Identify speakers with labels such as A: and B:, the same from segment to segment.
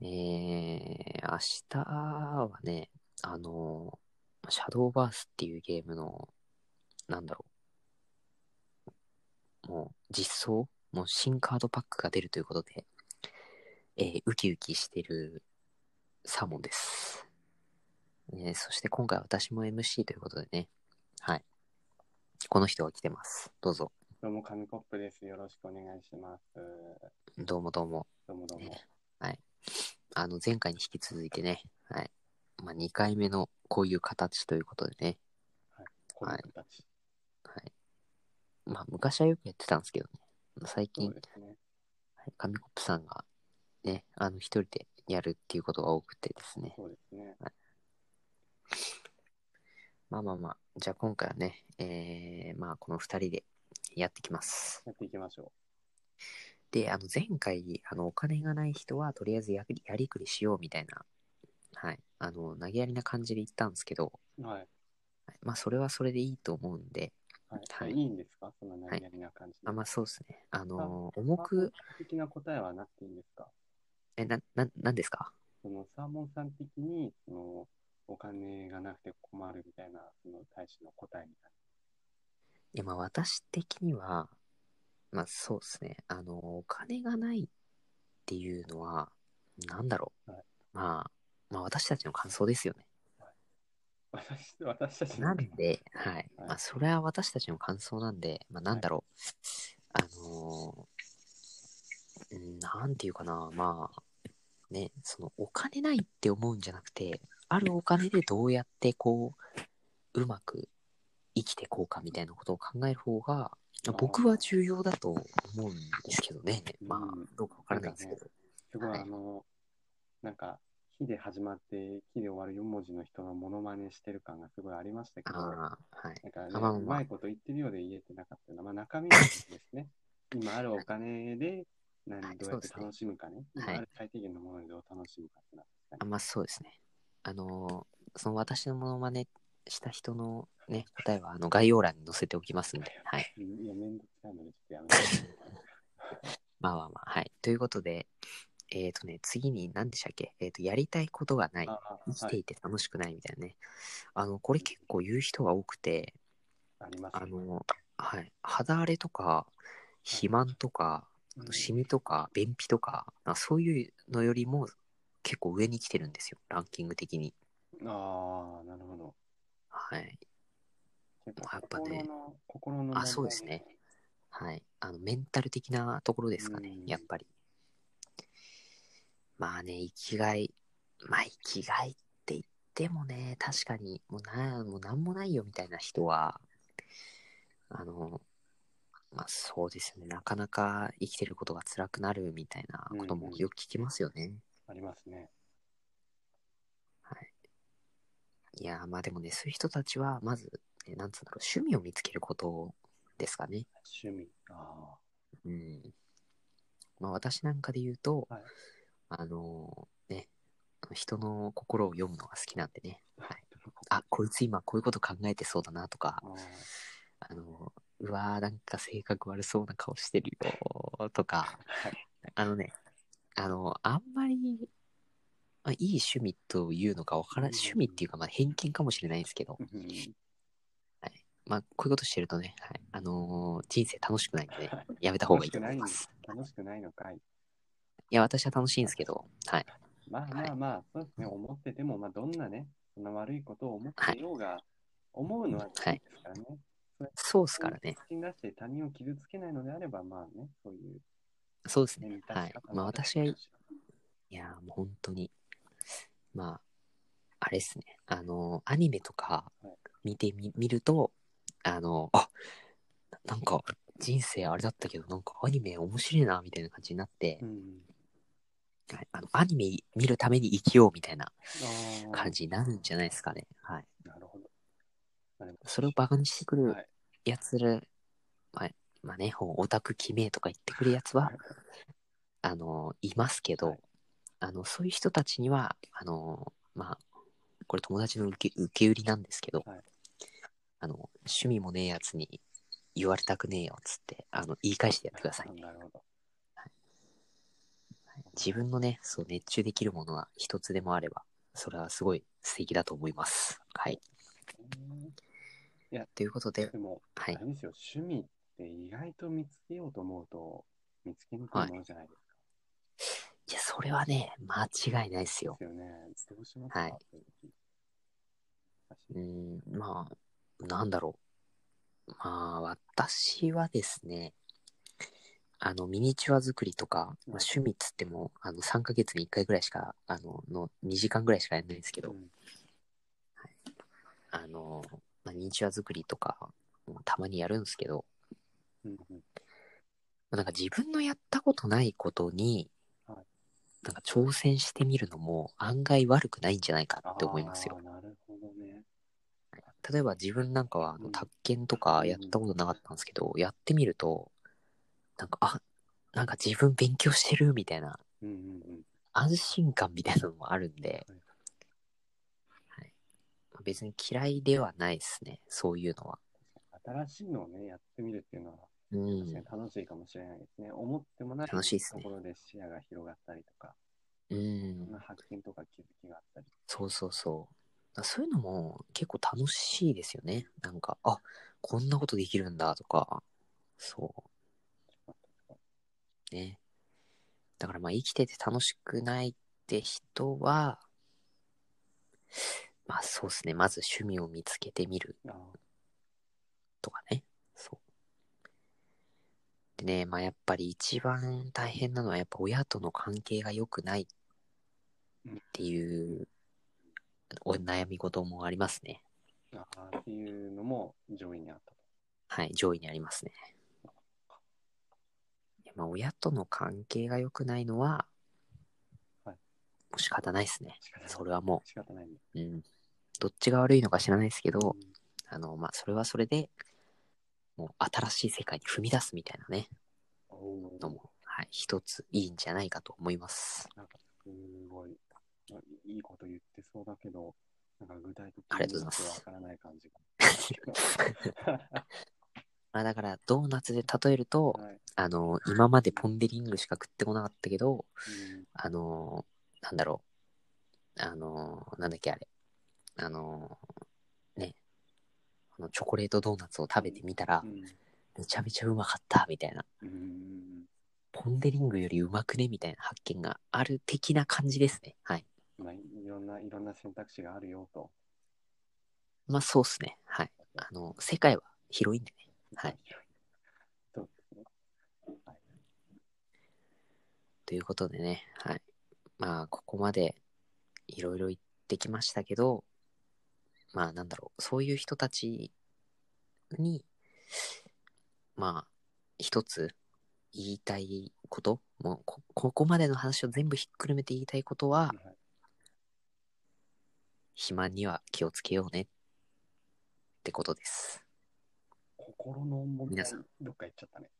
A: えー、明日はね、あの、シャドーバースっていうゲームの、なんだろう、もう実装もう新カードパックが出るということで、えー、ウキウキしてるサーモンです。えーそして今回私も MC ということでね、はい。この人が来てます。どうぞ。
B: どうも、紙コップです。よろしくお願いします。
A: どうもどうも。
B: どうもどうも。
A: あの、前回に引き続いてね、はい。まあ、2回目のこういう形ということでね、
B: 子供たち。
A: はい。まあ、昔はよくやってたんですけどね、最近
B: そう、ですね。
A: はい紙コップさんが、ね、あの、一人でやるっていうことが多くてですね。
B: そうですね。
A: まあまあまあ、じゃあ今回はね、えー、まあ、この二人でやってきます。
B: やっていきましょ
A: で、あの、前回、あの、お金がない人は、とりあえずやりやりくりしようみたいな、はい。あの、投げやりな感じで言ったんですけど、
B: う。はい。
A: はいまあ、それはそれでいいと思うんで、
B: はい。
A: はい
B: い、いんですかその何々な感じで。
A: あまあ、そうですね。あのー重
B: サーモン
A: く、
B: さん的な答えはなくていいんですか
A: え、な、な、なんですか
B: そのサーモンさん的に、その、お金がなくて困るみたいな、その大使の答えみたい
A: いや、まあ、私的には、まあ、そうですね。あの、お金がないっていうのは、なんだろう。
B: はい
A: まあ、まあ、私たちの感想ですよね。
B: な。私、私たち
A: な
B: の
A: んで、はい。
B: はい
A: まあ、それは私たちの感想なんで、まあ、なんだろう。あのーうんなんていうかな、まあ、ね、その、お金ないって思うんじゃなくて、あるお金でどうやって、こう、うまく生きていこうかみたいなことを考える方が、僕は重要だと思うんですけどね。ま
B: うん
A: あ、どうかわからないですけど。
B: すごい、
A: はい
B: あの、なんか、火で始まって、火で終わる4文字の人のモノマネしてる感がすごいありましたけど。
A: ああ、はい。
B: なんかね、
A: あまあまあ
B: うまいこと言ってるようで言えてなかったのは、まあ、中身はです ね、今あるお金で何
A: はい
B: どうやって楽しむかね、
A: そうですね
B: 今ある最低限のものでどう楽しむかってなって
A: あまあそうですね。あのーその私のモノマネした人のね、答えはあの概要欄に載せておきますんで、はい。
B: いや、めんどくさいのでちょっとやめて。
A: まあまあまあ、はい。ということで、えっ、とね、次に何でしたっけえっ、と、やりたいことがない
B: あ。
A: 生き
B: は
A: て
B: い、
A: いて楽しくないみたいなね。あの、これ結構言う人が多くて、
B: あります
A: あの、はい。肌荒れとか、肥満とか、
B: うん
A: シミとか、便秘とか、なんかそういうのよりも結構上に来てるんですよ、ランキング的に。
B: ああ、なるほど。
A: はい。
B: 結
A: や
B: 構
A: っぱね
B: 心の、心の
A: あ、そうですね。。はい。あの、メンタル的なところですかね
B: う、ん
A: やっぱり。まあね、生きがい。まあ、生きがいって言ってもね、確かに、もうな、もうなんもないよみたいな人は、あの、まあそうですよね。なかなか生きてることが辛くなるみたいなこと
B: うん
A: も
B: うん
A: よく聞きますよね。
B: ありますね。
A: いやー、まあでもね、そういう人たちは、まず、ね、なんつうんだろう、趣味を見つけることですかね。
B: 趣味。あ
A: うん。まあ私なんかで言うと、
B: はい
A: あのーね、人の心を読むのが好きなんでね、はい、
B: あ。
A: あ、こいつ今こういうこと考えてそうだなとか
B: あ、ー
A: あのーうわーなんか性格悪そうな顔してるよーとか、
B: はい
A: あのね、あのーあんまり、まあ、いい趣味というのかわから
B: うん
A: 趣味っていうか、まあ、偏見かもしれないんですけど、
B: うん
A: まあ、こういうことしてるとね、はい、あのー人生楽しくないんで、ね、やめた方がいいと思います。
B: 楽しくないのかい。
A: いや、私は楽しいんですけど、はい。
B: まあまあまあ、そうですね、思ってても、まあどんなね、そんな悪いことを思っていようが、思うのは自由ですからね。
A: そうっすからね。
B: 口に出して他人を傷つけないのであれば、まあね、そういう、
A: そうですね。
B: ね、満た
A: は
B: し
A: い
B: 方。も
A: まあ、
B: る
A: 私はいやーもう本当に、まあ、あれですね、あのーアニメとか
B: はい
A: 見てみ見ると、あのーあなんか人生あれだったけど、なんかアニメ面白いな、みたいな感じになって、
B: うん。
A: はいあのアニメ見るために生きようみたいな
B: ああ
A: 感、じになるんじゃないですかね。はい。
B: なるほど。まあでも
A: それをバカにしてくる
B: はい
A: やつら、はい、まあね、ほんオタク決めとか言ってくるやつは、あのいますけど、
B: はい
A: あのそういう人たちにはあのまあこれ友達の受け受け売りなんですけど、
B: はい
A: あの趣味もねえやつに言われたくねえよっつってあの言い返してやってください、
B: なるほど。
A: はい自分のね、そう、熱中できるものが一つでもあれば、それはすごい素敵だと思います。はい。ということで、
B: でも、
A: はい
B: あれですよ、趣味って意外と見つけようと思うと、見つけにくいものじゃないですか。
A: いや、それはね、間違いないですよ
B: で。すよね。どうしますか、
A: はい
B: そういう時
A: うーん、まあ、なんだろう。まあ、私はですね、あの、ミニチュア作りとか、まあ、趣味っつっても、あの、3ヶ月に1回ぐらいしか、あの、の2時間ぐらいしかやんないんですけど
B: う、ん
A: あの、まあ、ミニチュア作りとか、たまにやるんですけど、
B: うんうん
A: まあなんか自分のやったことないことに
B: はい、
A: なんか挑戦してみるのも案外悪くないんじゃないかって思いますよ
B: あ。ーなるほどね。
A: 例えば自分なんかはあ
B: う
A: の
B: ん
A: 宅建とかやったことなかったんですけど、やってみると、なんか、あ、なんか自分勉強してるみたいな、
B: うんうんうん。
A: 安心感みたいなのもあるんで、
B: はい
A: 別に嫌いではないですね、そういうのは。
B: 新しいのをね、やってみるっていうのは、
A: う
B: 確か
A: ん
B: に。楽しいかもしれないですね。思ってもない
A: 楽しいです
B: と
A: ね
B: ころで視野が広がったりとか、
A: う
B: いろん
A: ん
B: な。発見とか気づきがあったり。
A: そうそうそう。だからそういうのも結構楽しいですよね。なんか、あ、こんなことできるんだとか、そう。ね。だからまあ生きてて楽しくないって人は、まあそうですね。まず趣味を見つけてみる
B: あー
A: とかね。そう。でね、まあやっぱり一番大変なのはやっぱ親との関係が良くないっていうお悩み事もありますね。
B: あーっていうのも上位にあったと。
A: はい、上位にありますね。いやまあ、親との関係が良くないのは、
B: はい
A: もう仕方ないですね。
B: 仕方ない。
A: それはも
B: 仕方ないね。
A: う、うん、どっちが悪いのか知らないですけど
B: う、ん
A: あの、まあ、それはそれで、もう新しい世界に踏み出すみたいなね、
B: おー
A: のも、はい、一ついいんじゃないかと思います。
B: なんかすごい、まあいいこと言ってそうだけど、なんか具体的に
A: ありがとうございます
B: よくわからない感じが。
A: まあ、だから、ドーナツで例えると、
B: はい
A: あの、今までポンデリングしか食ってこなかったけど、
B: うん
A: あのーなんだろう。あのーなんだっけあれ。あのーね。あのチョコレートドーナツを食べてみたら
B: う、ん
A: めちゃめちゃうまかった、みたいな。
B: うん
A: ポンデリングよりうまくね、みたいな発見がある的な感じですね。はい。
B: まあ、いろんな、いろんな選択肢があるよと。
A: まあ、そうっすね。はい。あの、世界は広いんでね。はい。
B: そうですね。
A: ということでね。はい。まあ、ここまでいろいろ言ってきましたけど、まあ、なんだろう。そういう人たちに、まあ、一つ言いたいこと、もうこ、ここまでの話を全部ひっくるめて言いたいことは、
B: はい
A: 肥満には気をつけようねってことです。
B: 心の問題
A: 皆さん、
B: どっか行っちゃったね。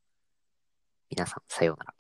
A: 皆さん、さようなら。